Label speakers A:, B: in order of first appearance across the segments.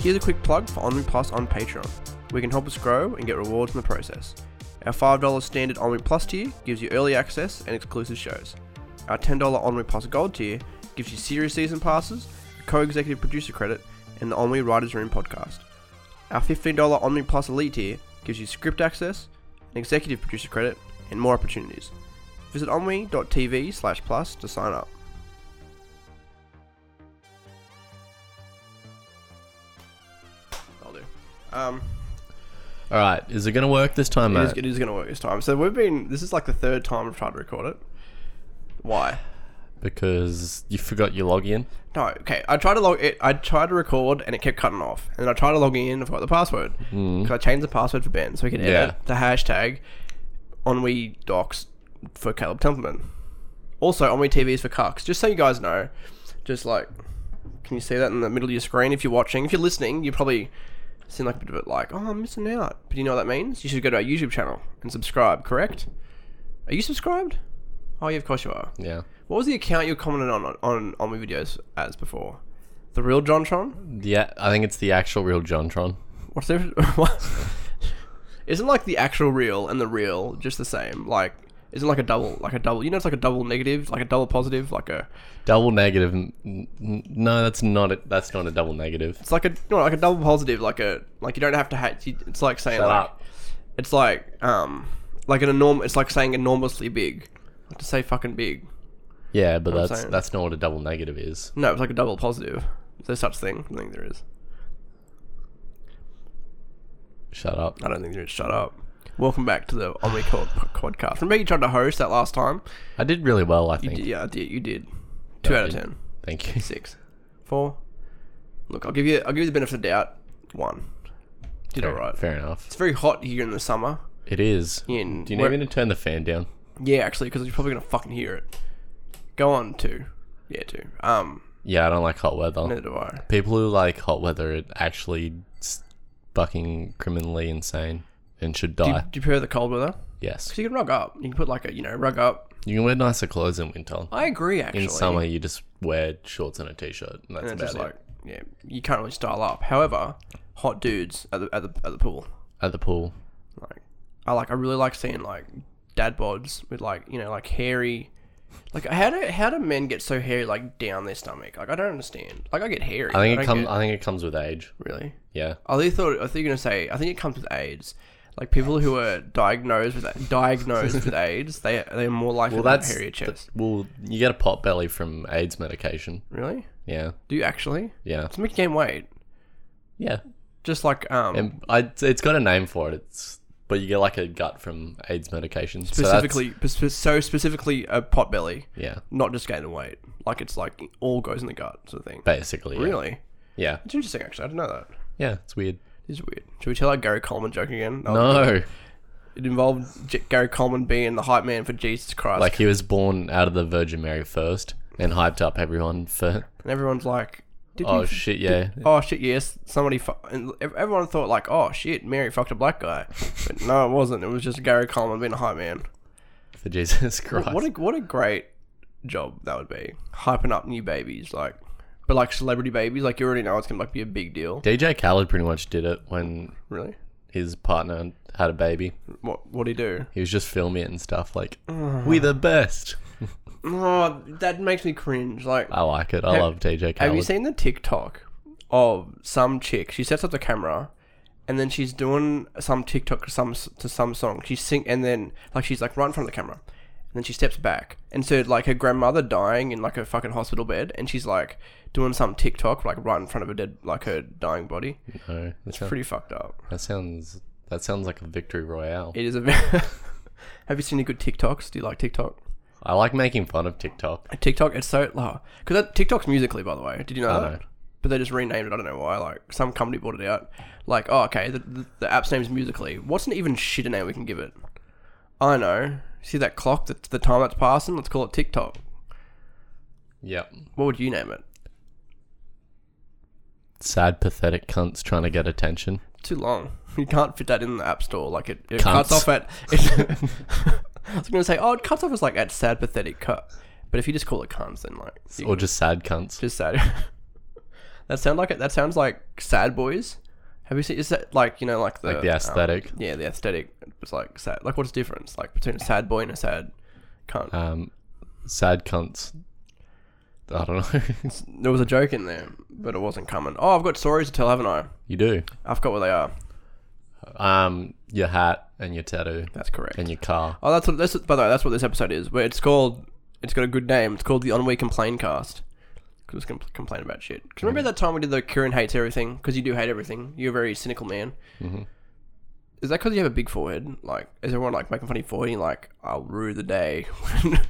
A: Here's a quick plug for OnWeek Plus on Patreon, where you can help us grow and get rewards in the process. Our $5 standard OnWeek Plus tier gives you early access and exclusive shows. Our $10 OnWeek Plus Gold tier gives you series season passes, a co-executive producer credit, and the OnWeek Writers Room podcast. Our $15 OnWeek Plus Elite tier gives you script access, an executive producer credit, and more opportunities. Visit onwe.tv slash plus to sign up. I'll do. Um,
B: All right, is it going to work this time,
A: it is,
B: mate?
A: it is going to work this time. So we've been, this is like the third time I've tried to record it. Why?
B: Because you forgot your login.
A: No, okay. I tried to log it. I tried to record and it kept cutting off. And then I tried to log in and I forgot the password. Because I changed the password for Ben so we can edit
B: Yeah.
A: the hashtag on we docs for Caleb Templeman. Also, on we TV is for cucks. Just so you guys know, just like, can you see that in the middle of your screen if you're watching? If you're listening, you probably seem like a bit of it like, oh, I'm missing out. But you know what that means? You should go to our YouTube channel and subscribe, correct? Are you subscribed? Oh, yeah, of course you are.
B: Yeah.
A: What was the account you commented on on on, on my videos as before? The real JonTron?
B: Yeah, I think it's the actual real JonTron.
A: What's the what? Isn't like the actual real and the real just the same? Like, isn't like a double like a double? You know, it's like a double negative, like a double positive, like a
B: Double negative. n- n- No, that's not it. That's not a double negative.
A: it's like a no, like a double positive, like a like you don't have to ha you- It's like saying
B: Shut
A: like
B: up.
A: it's like um like an enorm. It's like saying enormously big. Like to say fucking big.
B: Yeah, but that's
A: saying.
B: that's not what a double negative is.
A: No, it's like a double positive. Is there such thing? I don't think there is.
B: Shut up.
A: I don't think they would shut up. Welcome back to the On We Call podcast. Remember you tried to host that last time?
B: I did really well, I think.
A: Yeah, I did. You did. Two
B: I
A: out of
B: didn't.
A: ten.
B: Thank you.
A: Six. Four. Look, I'll give you. I'll give you the benefit of the doubt. One. Did all right.
B: Fair enough.
A: It's very hot here in the summer.
B: It is.
A: In
B: Do you need me to turn the fan down?
A: Yeah, actually, because you're probably gonna fucking hear it. Go on two. Yeah, two. Um,
B: Yeah, I don't like hot weather.
A: neither do I.
B: People who like hot weather are actually s- fucking criminally insane and should
A: Do you,
B: die.
A: do you prefer the cold weather?
B: yes.
A: Because you can rug up. You can put like a you know rug up.
B: You can wear nicer clothes in winter.
A: I agree. Actually,
B: In summer, you just wear shorts and a t-shirt, and that's
A: And
B: about
A: it's just
B: it.
A: like, yeah, you can't really style up. However, hot dudes at the, at the, at the pool.
B: At the pool,
A: Like, I like, I really like seeing like dad bods with like, you know, like hairy. Like, how do how do men get so hairy like down their stomach? Like, I don't understand. Like, I get hairy.
B: I think
A: don't
B: it comes.
A: get-
B: I think it comes with age.
A: really.
B: Yeah,
A: I really thought. I think you're gonna say. I think it comes with AIDS. Like people who are diagnosed with diagnosed with AIDS, they they're more likely
B: Well,
A: to have
B: that's-
A: hairier chest.
B: well, you get a pot belly from AIDS medication.
A: really?
B: Yeah,
A: Do you actually?
B: yeah,
A: It's making gain weight.
B: yeah.
A: Just like um,
B: And I, it's got a name for it. It's but you get like a gut from AIDS medication. So that's-
A: specifically, so, so specifically a pot belly.
B: yeah,
A: not just gaining weight. Like it's like it all goes in the gut sort of thing.
B: basically. yeah.
A: Really?
B: Yeah,
A: It's interesting actually. I didn't know that.
B: yeah. It's weird.
A: This is weird. Should we tell our Gary Coleman joke again? That was-
B: No,
A: It involved J- Gary Coleman being the hype man for Jesus Christ.
B: like he was born out of the Virgin Mary first and hyped up everyone for.
A: and everyone's like, Did
B: Oh
A: you
B: shit! Yeah,
A: oh shit, yes, somebody. Fu-. And ev- everyone thought like, oh shit, Mary fucked a black guy, but no, it wasn't. It was just Gary Coleman being a hype man.
B: for Jesus Christ.
A: What a what a great job that would be, hyping up new babies like, but like celebrity babies. Like you already know it's gonna like be a big deal.
B: DJ Khaled pretty much did it when
A: Really?
B: his partner had a baby.
A: What what do you do?
B: He was just filming it and stuff. Like,
A: Ah.
B: we the best.
A: Oh, that makes me cringe. Like,
B: I like it. I love DJ Khaled.
A: have you seen the TikTok of some chick? She sets up the camera, and then she's doing some TikTok to some to some song. She sing, and then like she's like right in front of the camera, and then she steps back, and so like her grandmother dying in like a fucking hospital bed, and she's like doing some TikTok like right in front of her dead like her dying body.
B: no, that, sound-
A: Pretty fucked up.
B: that sounds that sounds like a victory royale.
A: It is a. Very have you seen any good TikToks? Do you like TikTok?
B: I like making fun of TikTok.
A: TikTok, it's so low. Because that TikTok's musically, by the way. Did you know
B: I
A: that?
B: know.
A: But they just renamed it. I don't know why. Like some company bought it out. Like, oh, okay, the, the, the app's name's Musically. What's an even shitter name we can give it? I know. See that clock? That the time that's passing. Let's call it TikTok.
B: Yep.
A: What would you name it?
B: Sad, pathetic cunts trying to get attention.
A: Too long. You can't fit that in the app store. Like it, it
B: Cunts.
A: cuts off at. It, I was gonna say, oh, it cuts off as like at sad, pathetic cut. But if you just call it cunts, then like you
B: Or just sad cunts.
A: just sad. That sound like it. That sounds like Sad Boys. Have you seen? Is that like you know like the
B: Like the
A: um,
B: aesthetic.
A: yeah, the aesthetic. It's like sad. Like what's the difference like between a sad boy and a sad cunt?
B: Um, sad cunts. I don't know.
A: there was a joke in there, but it wasn't coming. Oh, I've got stories to tell, haven't I?
B: you do.
A: I forgot what they are.
B: Um, your hat and your tattoo
A: That's correct.
B: and your car.
A: Oh, that's what this. By the way, that's what this episode is. But it's called. It's got a good name. It's called the On We Complain Cast. Because we compl- complain about shit. 'Cause remember
B: Mm.
A: that time we did the Kieran hates everything? Because you do hate everything. You're a very cynical man.
B: Mhm.
A: Is that because you have a big forehead? Like, is everyone like making fun of your forehead? And, you're like, I'll rue the day.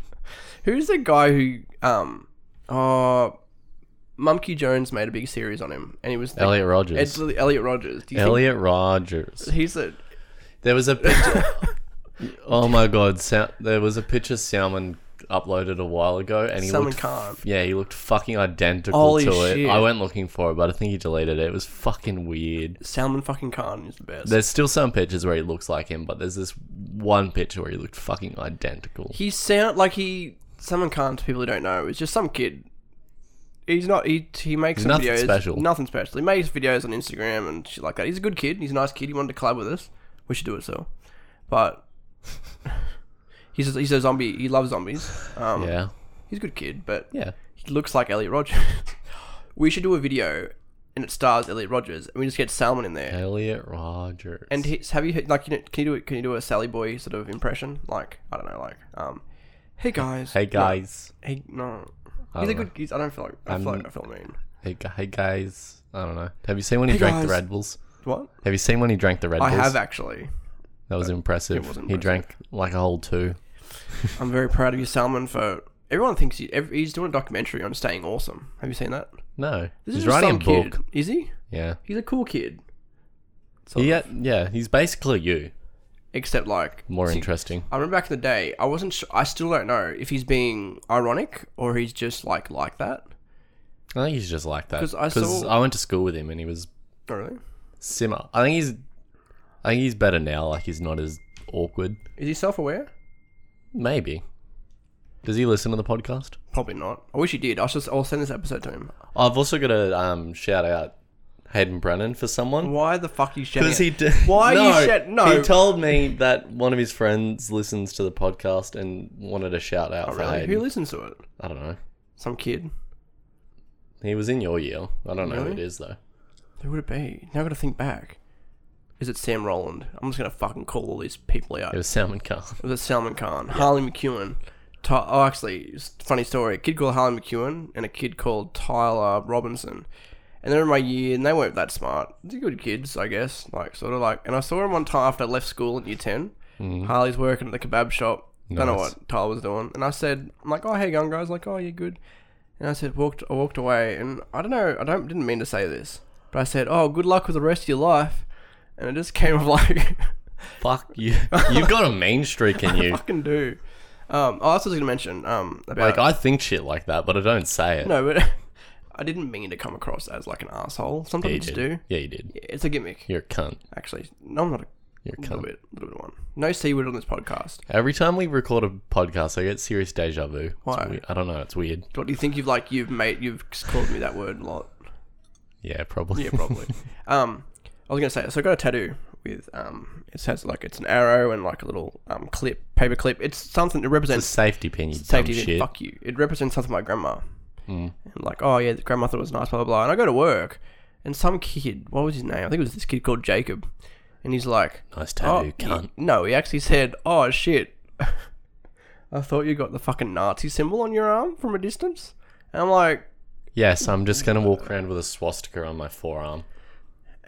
A: Who's the guy who? Um. Oh. Mumkey Jones made a big series on him, and he was the,
B: Elliot
A: It's
B: Rogers.
A: literally Elliot Rogers. Do you
B: Elliot Rogers.
A: think he's the?
B: There was a picture. oh my god! Sal- there was a picture Salmon uploaded a while ago, and he
A: Someone
B: looked.
A: can't.
B: Yeah, he looked fucking identical
A: Holy
B: to
A: shit.
B: it. I went looking for it, but I think he deleted it. It was fucking weird.
A: Salmon fucking Khan is the best.
B: There's still some pictures where he looks like him, but there's this one picture where he looked fucking identical.
A: He sound like he someone can't people who don't know. It's just some kid. He's not. He he makes some
B: Nothing
A: videos.
B: special.
A: Nothing special. He makes videos on Instagram and shit like that. He's a good kid. He's a nice kid. He wanted to collab with us. We should do it still, but he's a, he's a zombie. He loves zombies. Um,
B: Yeah,
A: he's a good kid, but
B: yeah.
A: he looks like Elliot Rogers. we should do a video and it stars Elliot Rogers, and we just get Salmon in there.
B: Elliot Rogers.
A: And he, have you he- like you know, can you do it? Can you do a Sally Boy sort of impression? Like I don't know, like um, hey guys,
B: hey
A: No,
B: guys,
A: He no.
B: I
A: He's a
B: don't
A: good. He's, I don't feel like. I feel
B: I'm-
A: like I feel mean.
B: hey, gu- hey guys. I don't know. Have you seen when he
A: Hey
B: drank the
A: guys.
B: Red Bulls?
A: What?
B: Have you seen when he drank the Red
A: I
B: Bulls?
A: have actually.
B: That was impressive.
A: It wasn't
B: He
A: impressive.
B: drank like a whole two.
A: I'm very proud of you, Salmon. For everyone thinks he, ev he's doing a documentary on staying awesome. Have you seen that?
B: No,
A: This
B: he's
A: is just
B: writing a
A: some
B: book.
A: kid. Is he?
B: Yeah,
A: He's a cool kid. So
B: he, yeah, he's basically you.
A: Except like
B: More
A: see,
B: interesting.
A: I remember back in the day, I wasn't. Sure, I still don't know if he's being ironic or he's just like like that.
B: I think he's just like that.
A: 'Cause I saw-
B: I went to school with him, and he was
A: Not really.
B: similar. I think he's, I think he's better now. Like he's not as awkward.
A: Is he self-aware?
B: Maybe. Does he listen to the podcast?
A: Probably not. I wish he did. I'll just. I'll send this episode to him.
B: I've also got to um, shout out Hayden Brennan for someone.
A: Why the fuck are you shouting?
B: Because he did.
A: Oh, Why you shout- no.
B: He told me that one of his friends listens to the podcast and wanted a shout out for
A: Oh, really?
B: Hayden.
A: Who listens to it?
B: I don't know.
A: Some kid.
B: He was in your year. I don't know who it
A: Really?
B: is though.
A: Who would it be? Now I gotta think back. Is it Sam Roland? I'm just gonna fucking call all these people out.
B: It was Salmon Khan.
A: Was it Salman Khan, Harley McEwen? Ty- oh, actually, it's a funny story. A kid called Harley McEwen and a kid called Tyler Robinson. And they're in my year, and they weren't that smart. They're good kids, I guess. Like sort of like. And I saw him one time after I left school in year ten. Harley's working at the kebab shop. Don't know
B: Nice.
A: what Tyler was doing. And I said, I'm like, oh hey young guys, like oh you're good. And I said, walked, I walked away, and I don't know, I don't didn't mean to say this, but I said, oh good luck with the rest of your life. And it just came of like.
B: Fuck you. You've got a mean streak in you.
A: fucking do. Um, oh, that's what I was gonna mention. Um, about
B: Like I think shit like that, but I don't say it.
A: no, but I didn't mean to come across as like an asshole. Sometimes
B: you
A: you just
B: did.
A: do.
B: Yeah, you did.
A: Yeah, it's a gimmick,
B: You're a cunt.
A: actually. No, I'm not a
B: You're a
A: little
B: cunt.
A: bit, little bit one. No c word on this podcast.
B: Every time we record a podcast, I get serious deja vu. It's
A: Why?
B: weird. I don't know. It's weird.
A: What do you think you've like you've made you've called me that word a lot?
B: Yeah, probably.
A: Yeah, probably. um, I was gonna say, so I got a tattoo with um, it has like it's an arrow and like a little um clip, paper clip. It's something that
B: The
A: represents
B: safety pin. You
A: safety
B: dumb
A: didn't
B: shit. Hmm.
A: fuck you. It represents something my grandma. And like, oh yeah, grandma thought it was nice, blah blah blah. And I go to work, and some kid, what was his name? I think it was this kid called Jacob, and he's like,
B: Nice
A: oh
B: tattoo,
A: he-
B: cunt.
A: no, he actually said, oh shit, I thought you got the fucking Nazi symbol on your arm from a distance. And I'm like,
B: Yes, I'm just gonna walk around with a swastika on my forearm.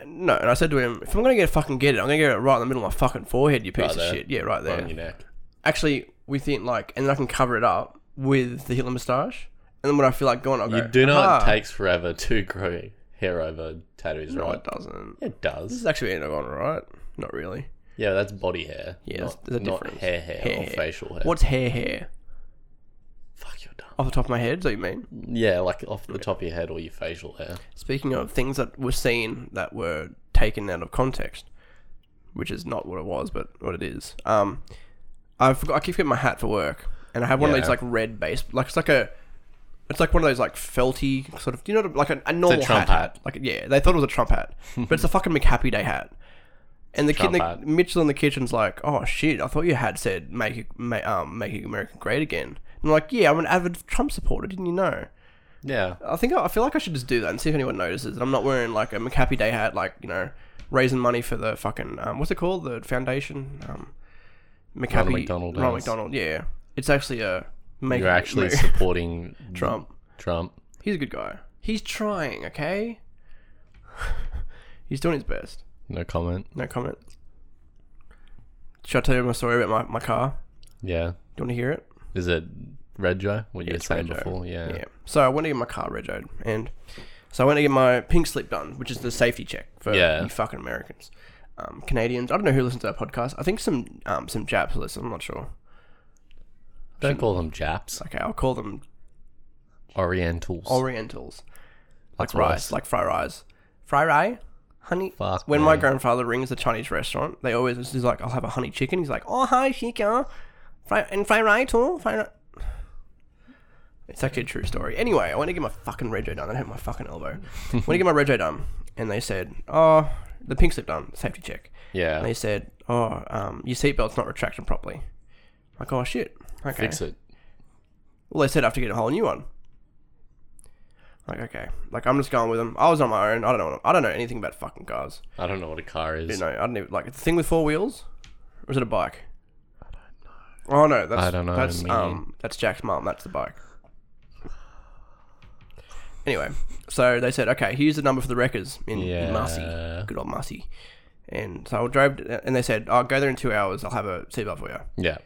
A: no. And I said to him, if I'm gonna get fucking get it, I'm gonna get it right in the middle of my fucking forehead, you piece
B: Right
A: of
B: there.
A: shit. Yeah, right Oh, there.
B: on your neck.
A: Actually, we think like, and then I can cover it up with the Hitler moustache. And then when I feel like going, I'll go,
B: You do not
A: "Aha."
B: takes forever to grow hair over tattoos,
A: No,
B: right?
A: Oh, it doesn't.
B: It
A: This
B: does.
A: is actually Anagon, right? Not really.
B: Yeah, that's body hair.
A: Yeah,
B: not,
A: there's a
B: not
A: difference.
B: hair, hair,
A: Hair
B: or
A: hair.
B: facial hair.
A: What's hair hair?
B: Fuck, you're dumb.
A: Off the top of my head, is that what you mean?
B: Yeah, like off the top of your head or your facial hair.
A: Speaking of things that were seen that were taken out of context, which is not what it was, but what it is. Um, I forgot. I keep getting my hat for work, and I have one of
B: Yeah.
A: these like red base, like it's like a It's like one of those like felty sort of, you know, like a, a normal
B: Trump hat.
A: Like yeah, they thought it was a Trump hat, but it's a fucking McHappy Day hat. And the kid,
B: Trump
A: the,
B: hat.
A: Mitchell in the kitchen's like, "Oh shit, I thought your hat said make it- ma- um making America great again." And I'm like, "Yeah, I'm an avid Trump supporter. Didn't you know?"
B: Yeah.
A: I think I feel like I should just do that and see if anyone notices that I'm not wearing like a McHappy Day hat, like you know, raising money for the fucking um, what's it called, the foundation, um, McHappy
B: Ronald McDonald
A: Ronald
B: House.
A: McDonald, yeah, it's actually a make
B: You're actually
A: make-
B: supporting
A: Trump.
B: Trump.
A: He's a good guy. He's trying, okay. He's doing his best.
B: No comment.
A: No comment. Should I tell you my story about my, my car?
B: Yeah.
A: Do you want to hear it?
B: Is it Red Joe? What you were saying
A: Rego.
B: before? Yeah.
A: Yeah. So I went to get my car regoed, and so I went to get my pink slip done, which is the safety check for
B: Yeah.
A: you fucking Americans, um, Canadians. I don't know who listens to our podcast. I think some um, some Japs listen. I'm not sure.
B: Don't call them Japs.
A: Okay, I'll call them
B: Orientals.
A: Orientals, like
B: That's
A: rice,
B: worse.
A: like fry rice, fry rye, honey.
B: Fuck,
A: when my
B: man.
A: grandfather rings the Chinese restaurant, they always he's like, "I'll have a honey chicken." He's like, "Oh, hi, chicken, fry and fry rye too, fry." Rye. It's actually a true story. Anyway, I went to get my fucking rego done. I hurt my fucking elbow. went to get my rego done, and they said, "Oh, the pink slip done, safety check."
B: Yeah.
A: And they said, "Oh, um, your seatbelt's not retracting properly." Like, oh shit. Okay.
B: Fix it.
A: Well, they said I have to get a whole new one. Like, okay, like I'm just going with them. I was on my own. I don't know. I don't know anything about fucking cars.
B: I don't know what a car is.
A: You know, I don't even like it's a thing with four wheels, or is it a bike? I don't know. Oh no, that's
B: I don't know,
A: That's
B: me.
A: um, that's Jack's mom. That's the bike. Anyway, so they said, okay, here's the number for the wreckers in, in Marcy,
B: Yeah.
A: good old Marcy. And so I drove, and they said, oh, go there in two hours. I'll have a seatbelt for you
B: Yeah.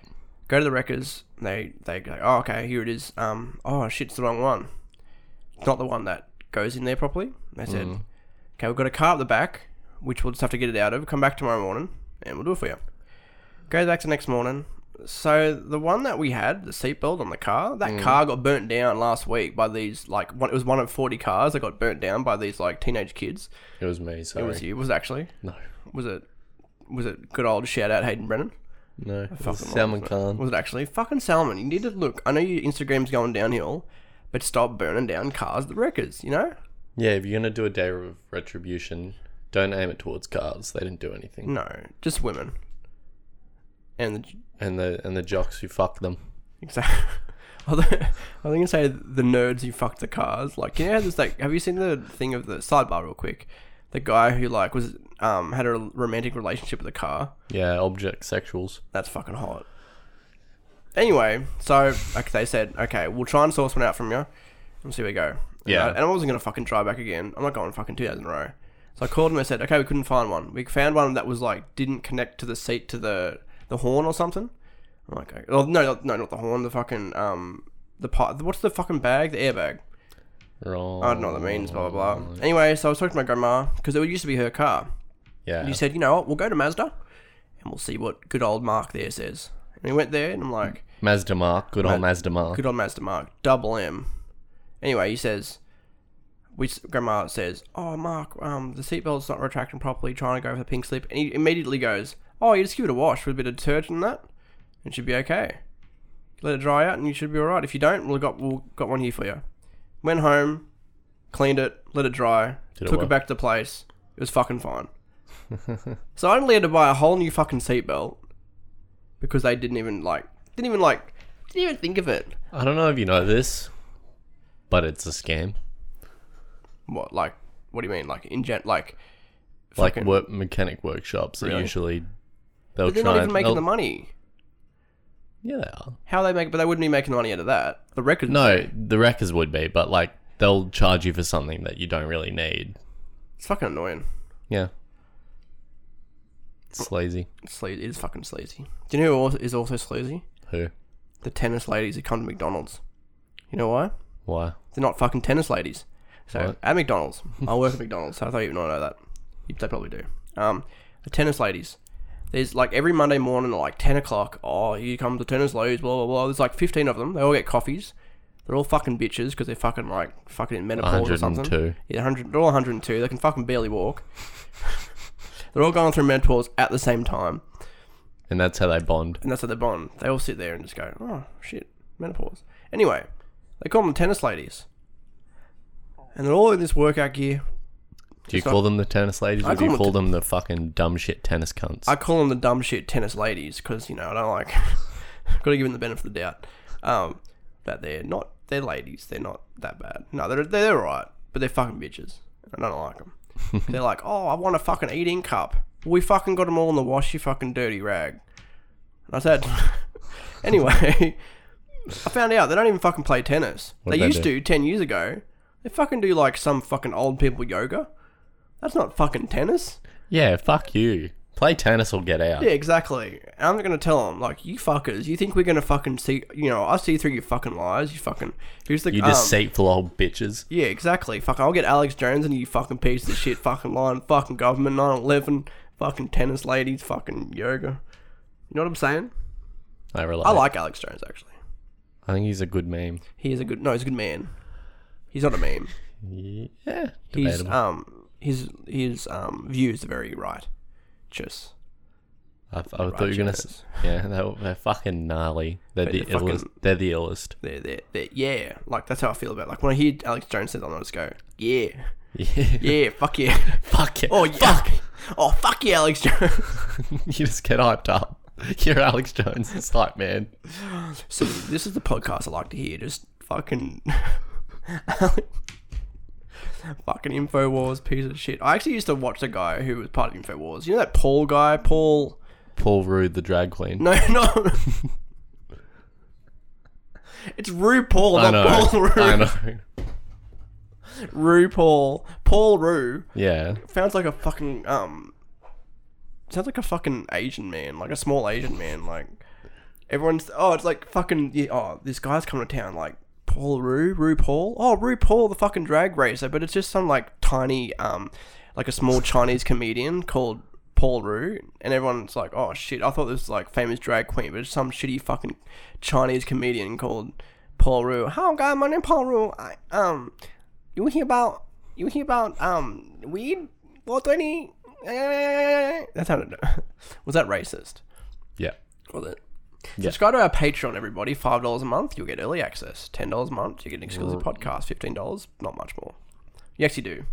A: go to the wreckers. They they go, oh okay, here it is. Um, oh shit, it's the wrong one. It's not the one that goes in there properly. They said, okay, we've got a car up the back, which we'll just have to get it out of. Come back tomorrow morning, and we'll do it for you. Go back the next morning. So the one that we had, the seatbelt on the car, that car got burnt down last week by these like one, it was one of forty cars that got burnt down by these like teenage kids.
B: It was me. Sorry.
A: It was you, was it actually
B: No.
A: was it was it good old shout out Hayden Brennan.
B: No. It was
A: Fucking
B: Salmon
A: was it?
B: Khan.
A: Was it actually fucking Salmon? You need to look. I know your Instagram's going downhill, but stop burning down cars, the wreckers. You know?
B: Yeah. If you're gonna do a day of retribution, don't aim it towards cars. They didn't do anything.
A: No, just women. And the,
B: And the and the jocks who fuck them.
A: exactly. I was gonna say the nerds who fucked the cars. Like, yeah, there's like, have you seen the thing of the sidebar real quick? The guy who like was um had a romantic relationship with a car.
B: Yeah. Object sexuals.
A: That's fucking hot. Anyway, so like they said, okay, we'll try and source one out from you and see where we go. And
B: Yeah.
A: I- And I, wasn't gonna fucking try back again. I'm not going fucking two days in a row. So I called them and said, okay, we couldn't find one. We found one that was like didn't connect to the seat to the the horn or something. I'm like, okay. well, no, no, not the horn. The fucking um, the part. What's the fucking bag? The airbag.
B: Wrong.
A: I don't know what that means. Blah blah blah. Anyway, so I was talking to my grandma because it used to be her car.
B: Yeah.
A: And he said, you know what, we'll go to Mazda and we'll see what good old Mark there says. And we went there and I'm like,
B: Mazda Mark. Good old Mazda Mark.
A: good old Mazda Mark, double M. Anyway, he says, we, s- Grandma says, oh, Mark, um, the seatbelt's not retracting properly, trying to go for the pink slip. And he immediately goes, oh, you just give it a wash with a bit of detergent and that. It should be okay. Let it dry out and you should be alright. If you don't, we've got, we've got one here for you. Went home, cleaned it, let it dry,
B: Did it
A: took it
B: work?
A: back to place. It was fucking fine. So I only had to buy a whole new fucking seatbelt because they didn't even like, didn't even like, didn't even think of it.
B: I don't know if you know this, but it's a scam.
A: What like? What do you mean? Like in gen- like
B: Like
A: fucking-
B: work, mechanic workshops are
A: Really?
B: usually they'll
A: But they're
B: try
A: not even
B: and-
A: making
B: they'll-
A: the money.
B: Yeah, they are.
A: How they make? But they wouldn't be making the money out of that. The record.
B: No, the wreckers would be, but like they'll charge you for something that you don't really need.
A: it's fucking annoying.
B: Yeah, it's lazy.
A: It's sle- it is fucking sleazy. Do you know who also, is also sleazy?
B: Who?
A: The tennis ladies who come to McDonald's. You know why?
B: Why?
A: They're not fucking tennis ladies. So
B: What?
A: at McDonald's, I work at McDonald's. So I thought you would not know that. You- They probably do. Um, the tennis ladies. There's like every Monday morning at like ten o'clock. Oh, here come the tennis ladies. Blah blah blah. There's like fifteen of them. They all get coffees. They're all fucking bitches because they're fucking like fucking in menopause or something.
B: 102.
A: Yeah, 100, they're all 102. They can fucking barely walk. they're all going through menopause at the same time,
B: And that's how they bond.
A: and that's how they bond. They all sit there and just go, "Oh shit, menopause." Anyway, They call them tennis ladies. And they're all in this workout gear.
B: Do you
A: It's not-
B: call them the tennis ladies,
A: I
B: or do
A: call
B: you
A: them
B: call them the fucking dumb shit tennis cunts?
A: I call them the dumb shit tennis ladies because you know I don't like. Got to give them the benefit of the doubt. Um, that they're not they're ladies. They're not that bad. No, they're they're alright, but they're fucking bitches. and I don't like them. they're like, oh, I want a fucking eating cup. We fucking got them all in the wash. You fucking dirty rag. And I said, anyway, I found out they don't even fucking play tennis.
B: What
A: they
B: do they
A: used to
B: do?
A: ten years ago. They fucking do like some fucking old people yoga. That's not fucking tennis.
B: yeah, fuck you. Play tennis or get out.
A: Yeah, exactly. And I'm gonna tell them like, you fuckers, you think we're gonna fucking see? You know, I see through your fucking lies. You fucking who's the
B: You
A: um,
B: deceitful old bitches.
A: Yeah, exactly. Fuck, I'll get Alex Jones and you fucking piece of shit, fucking line, fucking government, 9-11, fucking tennis ladies, fucking yoga. You know what I'm saying?
B: I relate.
A: I like Alex Jones actually.
B: I think he's a good meme.
A: He is a good. No, he's a good man. He's not a meme.
B: Yeah,
A: He's
B: debatable.
A: um his his um views are very right. Just
B: I, I thought you were gonna. s-
A: righteous.
B: Yeah, they're, they're fucking gnarly. They're the
A: They're fucking-
B: illest. They're the illest.
A: they're, they're, they're, yeah, like that's how I feel about. It. Like when I hear Alex Jones say that, I just go, yeah,
B: Yeah.
A: yeah, fuck yeah.
B: Fuck it.
A: Oh yeah. fuck! Oh fuck you, Alex Jones.
B: you just get hyped up. You're Alex Jones. It's hype man.
A: so this is the podcast I like to hear. Just fucking, fucking Infowars piece of shit. I actually used to watch the guy who was part of Infowars. You know that Paul guy, Paul?
B: Paul Rude, the drag queen.
A: No, no. It's RuPaul,
B: I
A: not
B: know.
A: Paul
B: I
A: Ru.
B: know.
A: RuPaul, Paul Ru
B: Yeah.
A: sounds like a fucking um. Sounds like a fucking Asian man, like a small Asian man. Like everyone's oh, it's like fucking yeah, oh, this guy's coming to town. Like Paul Rue, Rue Paul. Oh, Rue Paul, the fucking drag racer. But it's just some like tiny um, like a small Chinese comedian called Paul Rue, and everyone's like, oh shit, I thought this was like famous drag queen, but it's some shitty fucking Chinese comedian called Paul Rue. Hi, guy, my name Paul Rue. I um, you hear about you hear about um weed? What any? Eh. That's how it. Was that racist?
B: Yeah.
A: Was it?
B: Yeah.
A: Subscribe to our Patreon, everybody. Five dollars a month, you'll get early access. Ten dollars a month, you get an exclusive podcast. Fifteen dollars, not much more. You actually do.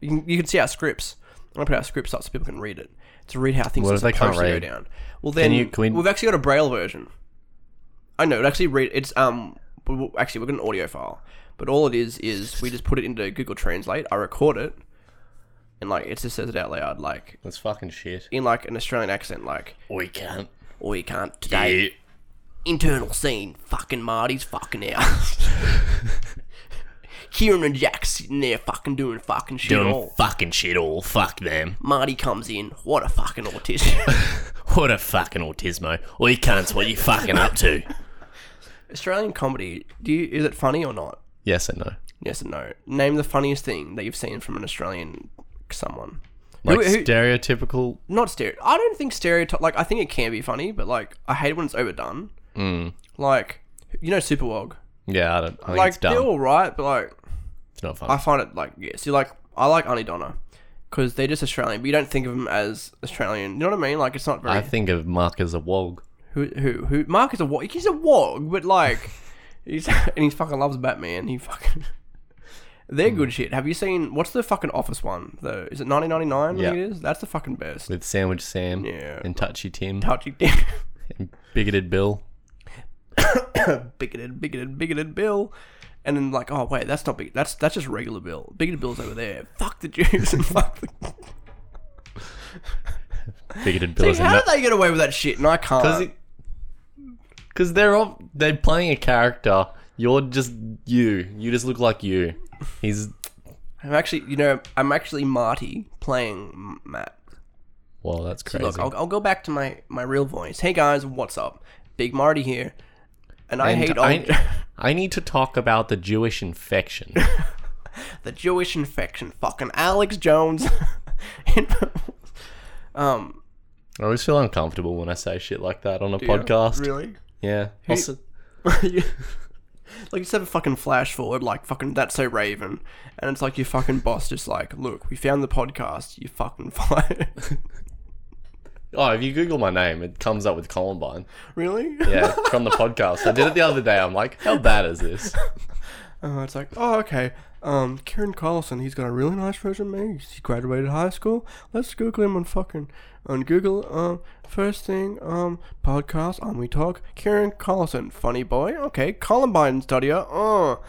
A: You can, you can see our scripts. I'm gonna put our scripts up so people can read it. To read how things
B: What
A: are
B: if they
A: supposed to
B: can't
A: go
B: read?
A: down. Well, then
B: you- can we-
A: we... have actually got a braille version. I know it actually read. It's um we- we- actually we've got an audio file, but all it is is we just put it into Google Translate. I record it, and like it just says it out loud, like
B: That's fucking shit.
A: in like an Australian accent, like
B: We can't.
A: "Oh, you can't today." internal scene. Fucking Marty's fucking out. Kieran and Jack's sitting there fucking doing fucking shit all.
B: fucking shit all. Fuck them.
A: Marty comes in. What a fucking autistic.
B: What a fucking autismo. Or you can't. What you fucking up to?
A: Australian comedy. Do you, is it funny or not?
B: Yes and no.
A: Yes and no. Name the funniest thing that you've seen from an Australian someone. Who-
B: Like
A: who-
B: stereotypical.
A: not stereo. I don't think stereotype. Like I think it can be funny, but like I hate when it's overdone.
B: Mm.
A: Like you know Superwog.
B: Yeah, I don't. I think
A: Like
B: it's dumb.
A: they're all right, but like
B: It's not fun.
A: I find it like yeah. See, like I like Auntie Donna because they're just Australian, but you don't think of them as Australian. You know what I mean? Like it's not very
B: I think of Mark as a wog.
A: who who who. Mark is a wog. He's a wog, but like he's and he fucking loves Batman. He fucking they're
B: Mm.
A: good shit. Have you seen what's the fucking Office one though? Is it 1999? I think
B: Yeah.
A: it is. That's the fucking best.
B: with Sandwich Sam
A: Yeah.
B: and Touchy Tim
A: Touchy,
B: and Bigoted Bill.
A: bigoted, bigoted, bigoted Bill. And then like, oh wait, that's not big. That's that's just regular Bill. Bigoted Bill's over there. Fuck the Jews and fuck the
B: Bigoted Bill is
A: See,
B: in
A: how
B: that.
A: do they get away with that shit? And I can't.
B: Because they're all, they're playing a character. You're just you. You just look like you. He's
A: I'm actually, you know, I'm actually Marty playing M- Matt.
B: well, that's crazy.
A: Look, I'll, I'll go back to my my real voice. Hey guys, what's up? Big Marty here, and I
B: And
A: hate all
B: I, I need to talk about the Jewish infection.
A: the Jewish infection. Fucking Alex Jones. um,
B: I always feel uncomfortable when I say shit like that on a
A: yeah,
B: podcast.
A: really?
B: Yeah. Also,
A: like you just have a fucking flash forward, like fucking that's so Raven, and it's like your fucking boss just like, look, we found the podcast. You fucking fired.
B: oh, if you Google my name, it comes up with Columbine.
A: really?
B: Yeah, from the podcast. I did it the other day. I'm like, how bad is this?
A: Uh, it's like, oh, okay. Um, Kieran Carlson, he's got a really nice resume. He graduated high school. Let's Google him on fucking on Google. Um, first thing, um, podcast on we talk. Kieran Carlson, funny boy. Okay, Columbine studier. Oh,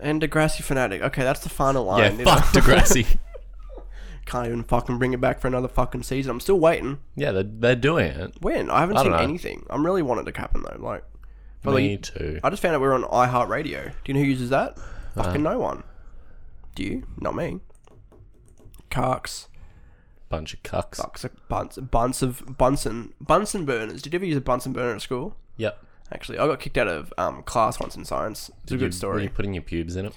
A: and Degrassi fanatic. Okay, that's the final
B: Yeah,
A: line. you know.
B: fuck Degrassi.
A: Can't even fucking bring it back for another fucking season. I'm still waiting.
B: yeah, they're, they're doing it.
A: When I haven't
B: I
A: seen
B: don't know.
A: anything. I'm really wanting to happen though. Like, but
B: Me
A: like,
B: too.
A: I just found out we are on iHeartRadio. Do you know who uses that? Fucking no one. Do you? Not me. Carks.
B: Bunch of cucks.
A: Bucks. Buns, buns of Bunsen. Bunsen burners. Did you ever use a Bunsen burner at school?
B: Yep.
A: Actually, I got kicked out of um, class once in science. It's a
B: You-
A: good
B: Were you
A: story.
B: putting your pubes in it?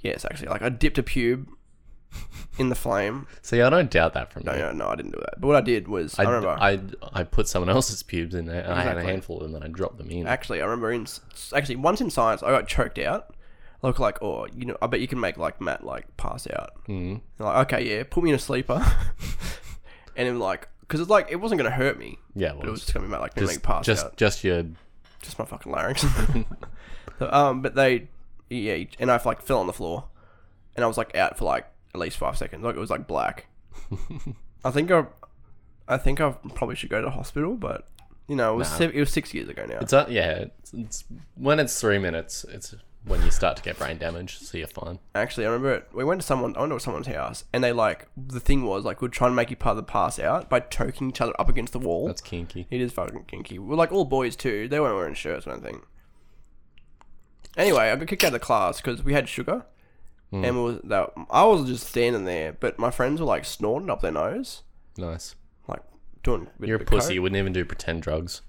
A: Yes, actually. Like, I dipped a pube in the flame.
B: See, I don't doubt that from you.
A: No, no, no, I didn't do that. But what I did was, I,
B: I,
A: remember.
B: I, I put someone else's pubes in there, and I had a
A: Exactly.
B: handful of them, and I dropped them in.
A: Actually, I remember in s- actually once in science, I got choked out. Look like, oh, you know, I bet you can make like Matt like pass out. Mm. Like, okay, yeah, put me in a sleeper, and then like, because it's like it wasn't gonna hurt me,
B: yeah,
A: but it
B: well,
A: was just gonna be Matt like me
B: just
A: make pass
B: just,
A: out,
B: just your
A: just my fucking larynx. So, um, but they, yeah, and I like fell on the floor, and I was like out for like at least five seconds. Like it was like black. I think I, I think I probably should go to hospital, but you know, it was se- it was six years ago now.
B: It's not, yeah. It's, it's when it's three minutes. It's when you start to get brain damage, so you're fine.
A: Actually, I remember it. We went to someone. I went to someone's house, and they like the thing was like we we're trying to make each other pass out by choking each other up against the wall.
B: That's kinky.
A: it is fucking kinky. We're like all boys too. They weren't wearing shirts or anything. Anyway, I got kicked out of the class because we had sugar,
B: Hmm.
A: and we was that I was just standing there, but my friends were like snorting up their nose,
B: Nice.
A: like doing. a bit
B: You're a
A: of coke.
B: pussy. You wouldn't even do pretend drugs.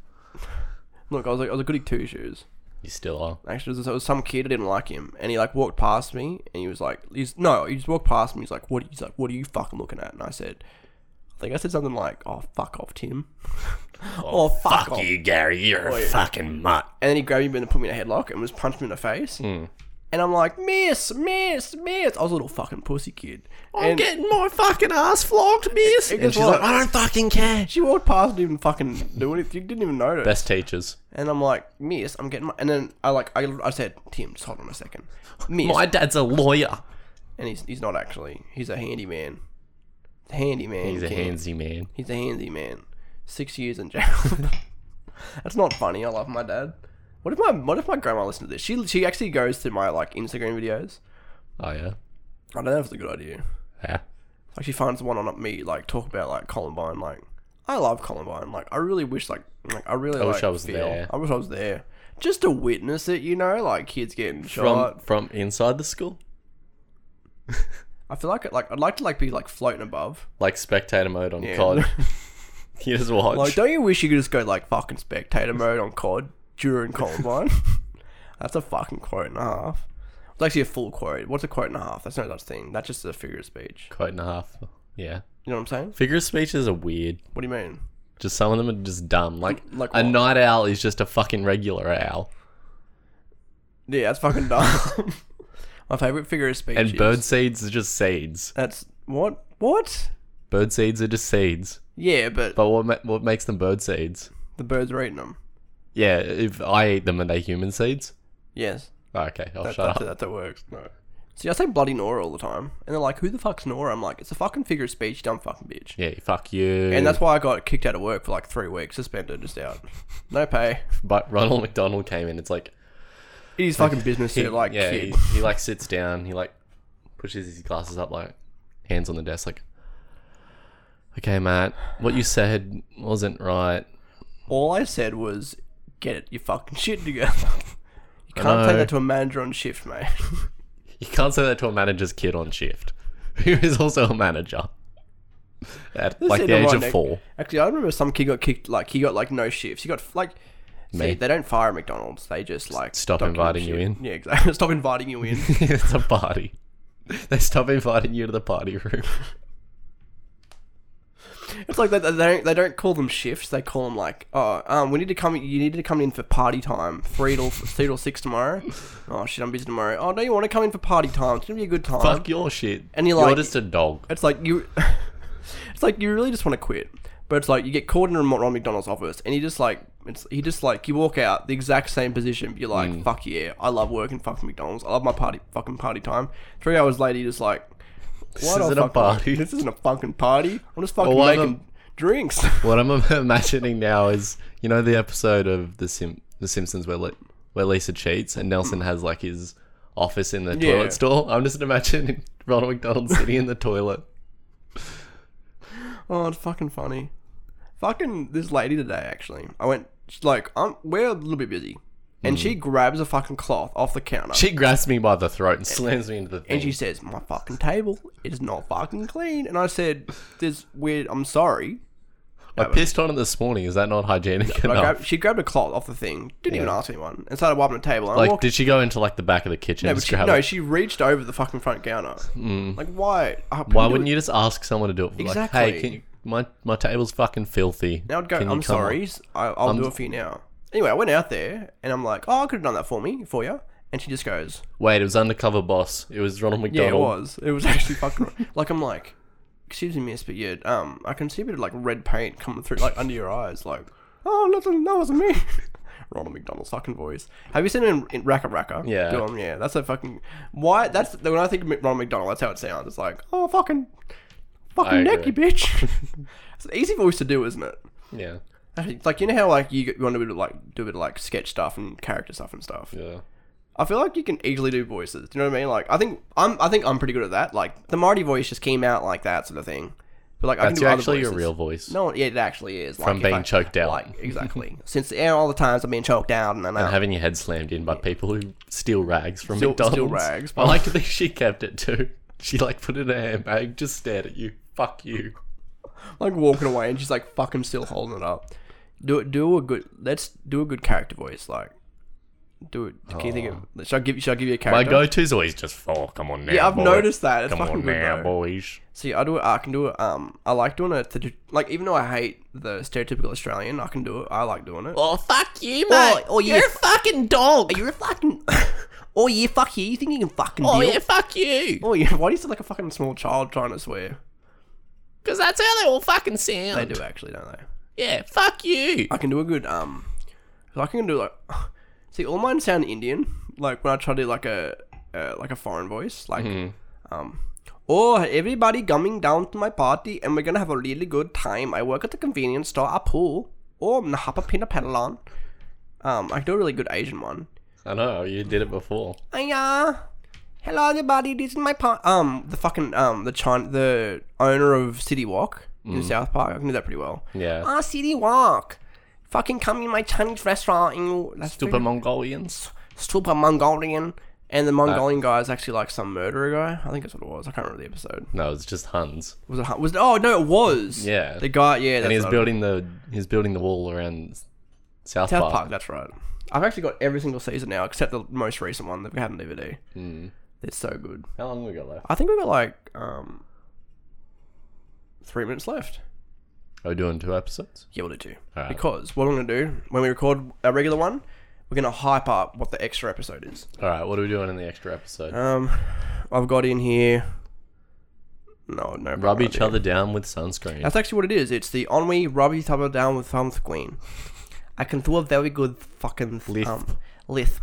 A: Look, I was like I was a goody two shoes.
B: You still are.
A: Actually, there was, there was some kid I didn't like him, and he like walked past me, and he was like, "He's no." He just walked past me. He's like, "What?" He's like, "What are you fucking looking at?" And I said, "I think I said something like, oh fuck off, Tim.' oh, fuck, off. Oh,
B: you, Gary. You're a fucking mutt.
A: And then he grabbed me and put me in a headlock and was punched me in the face. And I'm like, "Miss, miss, miss!" I was a little fucking pussy kid. and
B: getting my fucking ass flogged, miss. And
A: guess
B: she's
A: what?
B: like, I don't fucking care.
A: she walked past, didn't even fucking do anything, didn't even notice.
B: Best teachers.
A: and I'm like, "Miss, I'm getting my." And then I like, I, I said, "Tim, just hold on a second, miss."
B: My dad's a lawyer.
A: and he's he's not actually. He's a handyman. Handyman.
B: He's a
A: kid.
B: handsy man.
A: He's a handy man. Six years in jail. That's not funny. I love my dad. What if my what if my grandma listened to this? She she actually goes through my like Instagram videos.
B: Oh yeah.
A: I don't know if it's a good idea.
B: Yeah.
A: Like she finds one on me like talk about like Columbine. Like I love Columbine. Like I really wish like like I really I
B: wish I was there.
A: I wish I was there just to witness it. You know, like kids getting
B: From
A: shot.
B: from inside the school,
A: I feel like it, like I'd like to like be like floating above.
B: like spectator mode on
A: Yeah.
B: COD. you just watch.
A: Like, don't you wish you could just go like fucking spectator mode on COD during Columbine? That's a fucking quote and a half. It's actually a full quote. What's a quote and a half? That's no such thing. That's just a figure of speech.
B: Quote and a half. Yeah.
A: You know what I'm saying?
B: Figure of speeches are weird.
A: What do you mean?
B: Just some of them are just dumb. Like,
A: Like
B: a
A: what?
B: night owl is just a fucking regular owl,
A: Yeah, that's fucking dumb. My favorite figure of speech.
B: and
A: is-
B: bird seeds are just seeds.
A: That's what? What?
B: Bird seeds are just seeds.
A: Yeah, but,
B: But what ma- what makes them bird seeds?
A: the birds are eating them.
B: Yeah, if I eat them, are they human seeds? Oh,
A: Yes,
B: Okay, I'll
A: that,
B: shut
A: that's
B: up.
A: that that works. No. See, I say bloody Nora all the time, and they're like, "Who the fuck's Nora?" I'm like, "It's a fucking figure of speech, you dumb fucking bitch."
B: Yeah, fuck you.
A: And that's why I got kicked out of work for like three weeks, suspended, just out, no pay.
B: but Ronald McDonald came in. It's like
A: It is fucking business
B: he,
A: here, like
B: yeah,
A: kid.
B: He, he like sits down. He like pushes his glasses up, like hands on the desk, like. Okay, Matt. What you said wasn't right.
A: All I said was, get it, your fucking shit together. you can't
B: know.
A: say that to a manager on shift, mate.
B: You can't say that to a manager's kid on shift, who is also a manager at like
A: is
B: the age of
A: ironic.
B: four.
A: Actually, I remember some kid got kicked, like he got like no shifts. He got like, see,
B: Me.
A: they don't fire at McDonald's. They just like
B: stop
A: dock your
B: inviting you
A: shit.
B: in.
A: Yeah, exactly. stop inviting you in.
B: it's a party. They stop inviting you to the party room.
A: it's like they, they don't they don't call them shifts. They call them like, oh, um, we need to come. You need to come in for party time, three till three till six tomorrow. Oh shit, I'm busy tomorrow. Oh, don't you want to come in for party time? It's gonna be a good time.
B: Fuck your shit.
A: And you're
B: you're
A: like-
B: just a dog.
A: It's like you. It's like you really just want to quit, But it's like you get caught in Ronald McDonald's office, and he just like it's he just like you walk out the exact same position. But you're like,
B: Mm.
A: fuck yeah, I love working fucking McDonald's. I love my party fucking party time. Three hours later, you're just like,
B: This
A: "Why do I
B: isn't a
A: fucking-
B: party."
A: This isn't a fucking party. I'm just fucking
B: Well, I'm a-
A: making drinks.
B: What I'm imagining now is, you know, the episode of the Sim- the Simpsons where Li- where Lisa cheats and Nelson has like his office in the
A: Yeah.
B: toilet stall. I'm just imagining Ronald McDonald sitting in the toilet.
A: Oh, it's fucking funny. Fucking this lady today, actually. I went, she's like, um, we're a little bit busy. And she grabs a fucking cloth off the counter.
B: Hmm. She grabs me by the throat and slams me into the thing.
A: and she says, my fucking table is not fucking clean. And I said, this weird, I'm sorry.
B: I pissed on it this morning. Is that not hygienic
A: But I
B: enough?
A: grabbed, she grabbed a cloth off the thing, didn't even ask anyone, and started wiping the table. And I
B: like,
A: walked,
B: did she go into like the back of the kitchen
A: no,
B: and
A: but
B: just
A: she,
B: grab
A: no,
B: it?
A: she reached over the fucking front counter. Like, why? I
B: Hmm. Why wouldn't you just ask someone to do it? Like, hey,
A: Exactly.
B: can you, my my table's fucking filthy.
A: Now I'd go,
B: Can you
A: I'm
B: come Um, on?"
A: sorry, s- I, I'll do it for you now. Anyway, I went out there, and I'm like, oh, I could have done that for me, for you. And she just goes,
B: Wait, it was undercover boss. It was Ronald
A: Yeah,
B: McDonald.
A: it was. It was actually fucking like I'm like, excuse me, miss, but yeah, um, I can see a bit of like red paint coming through like under your eyes, like, oh, nothing, that wasn't me. Ronald McDonald's fucking voice. Have you seen him in, in Racker Racker?
B: Yeah.
A: Do him, yeah, that's a fucking why. That's when I think of Ronald McDonald, that's how it sounds. It's like, oh, fucking,
B: I
A: fucking necky
B: agree.
A: bitch. it's an easy voice to do, isn't it?
B: Yeah.
A: Actually, It's like you know how like you, you want to do like do a bit of like sketch stuff and character stuff and stuff.
B: Yeah.
A: I feel like you can easily do voices. Do you know what I mean? Like I think I'm I think I'm pretty good at that. Like the Marty voice just came out like that sort of thing. But like I can
B: That's
A: do other
B: actually your
A: voices.
B: real voice.
A: No, yeah, it actually is. Like,
B: From
A: if
B: being
A: I-
B: choked out.
A: Like exactly. Since yeah, all the times I've been choked out and uh, I know.
B: and having your head slammed in by people who steal rags from
A: Steal- steal
B: McDonald's.
A: rags,
B: I like to think she kept it too. She like put it in a handbag, just stared at you. Fuck you.
A: like walking away and she's like fucking still holding it up. Do it. Do a good. Let's do a good character voice. Like, do it. Can you think of? Should I give? Should I give you a
B: Oh. My
A: character?
B: go-to's always just "Oh, come on now."
A: yeah, I've
B: boy.
A: noticed that. It's
B: Come
A: fucking
B: on
A: good
B: now,
A: though.
B: boys.
A: See, I do it. I can do it. Um, I like doing it. To, like, even though I hate the stereotypical Australian, I can do it. I like doing it.
B: Oh fuck you,
A: mate. You're a
B: fucking dog.
A: Are you a fucking? oh yeah, fuck you. You think you can fucking? deal?
B: fuck you.
A: Oh yeah. Oh, Why do you sound like a fucking small child trying to swear?
B: Because that's how they all fucking
A: They
B: sound.
A: do actually, don't they?
B: Yeah, fuck you.
A: I can do a good um. I can do like. See, all mine sound Indian. Like when I try to do like a uh, like a foreign voice, like um. Oh, everybody coming down to my party, and we're gonna have a really good time. I work at the convenience store. I pull. Oh, I'm gonna hop a pin a pedal on. Um, I can do a really good Asian one.
B: I know you did it before.
A: Hiya. Hello, everybody. This is my part. Um, the fucking um, the China, the owner of City Walk in South Park. I can do that pretty well.
B: Yeah.
A: Ah, City Walk. Fucking come in my Chinese restaurant. You that's
B: Stupid Mongolians.
A: pretty- stupid Mongolian. And the Mongolian guy is actually like some murderer guy. I think that's what it was. I can't remember the episode.
B: No, it's just Huns.
A: Was it? Hun- Was it, oh no, it was.
B: Yeah.
A: The guy. Yeah. That's
B: And he's
A: right.
B: building the he's building the wall around South,
A: South
B: Park.
A: Park. That's right. I've actually got every single season now except the most recent one that we had on DVD.
B: Hmm.
A: It's so good.
B: How long we got left?
A: I think we got like um three minutes left.
B: Are we doing two episodes?
A: Yeah, we'll do two.
B: Alright.
A: Because what I'm gonna do when we record a regular one, we're gonna hype up what the extra episode is.
B: All right. What are we doing in the extra episode?
A: Um, I've got in here. No, no.
B: Rub
A: no
B: each
A: idea.
B: other down with sunscreen.
A: That's actually what it is. It's the Ennui rub each other down with thumb queen. I can do a very good fucking
B: Lisp.
A: Um, lisp.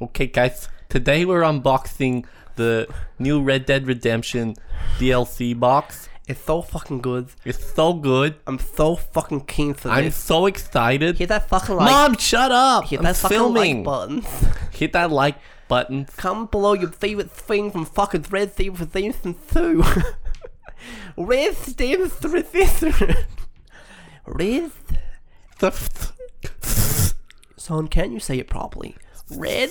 B: okay, guys. Today we're unboxing the new Red Dead Redemption DLC box.
A: It's so fucking good.
B: It's so good.
A: I'm so fucking keen for
B: I'm
A: this.
B: so excited.
A: Hit that fucking like.
B: Mom, shut up!
A: hit
B: I'm
A: that fucking
B: filming.
A: like button.
B: Hit that like button.
A: Comment below your favorite thing from fucking Red Dead Redemption 2. Red Dead Redemption. Red. Son, can you say it properly? Red.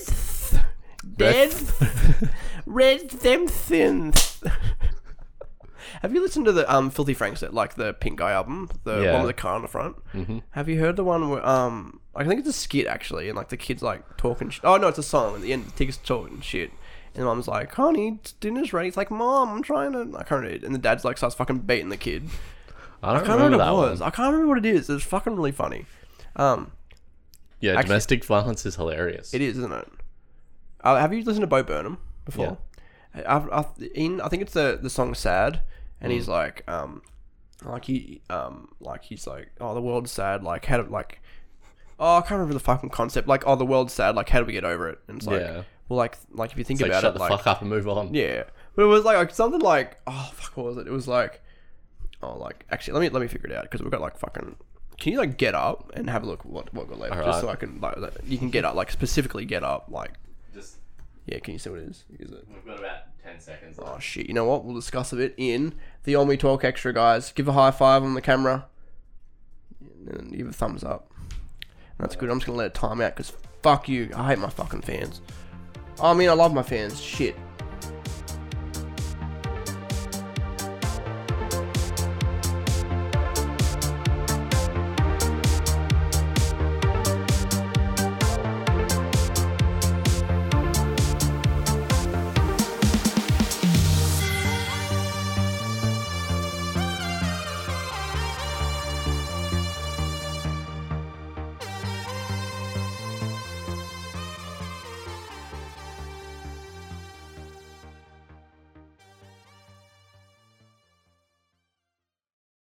A: Dead. Red Redemption. Have you listened to the um Filthy Franks like the Pink Guy album, the
B: Yeah.
A: one with the car on the front? Mm-hmm. Have you heard the one where um I think it's a skit actually, and like the kids like talking. Sh- oh no, it's a song. At the end, the kids talking shit, and the mom's like, "Honey, dinner's ready." It's like, "Mom, I'm trying to." I can't read. And the dad's like starts fucking beating the kid.
B: I don't
A: I can't
B: remember
A: remember what
B: that
A: it
B: one.
A: was. I can't remember what it is. It's fucking really funny. Um,
B: Yeah,
A: Actually-
B: domestic violence is hilarious.
A: It is, isn't it? Uh, have you listened to Bo Burnham Uh,
B: Mm.
A: before? I, I, in I think it's the the song "Sad," and he's like, um, like he um like he's like oh the world's sad like how do like oh I can't remember the fucking concept like oh the world's sad like how do we get over it and it's like
B: Yeah.
A: well like like if you think
B: Like,
A: about
B: shut
A: it
B: the
A: like
B: fuck up and move on.
A: yeah but it was like, like something like oh fuck what was it it was like oh like actually let me let me figure it out because we've got like fucking can you like get up and have a look at what what got later just so I can like like, you can get up like specifically get up like
B: Just,
A: yeah can you see what it is is it
B: we've got about 10 seconds
A: oh shit you know what we'll discuss a bit in the Omi Talk extra guys give a high five on the camera and then give a thumbs up that's good I'm just gonna let it time out because fuck you I hate my fucking fans I mean I love my fans shit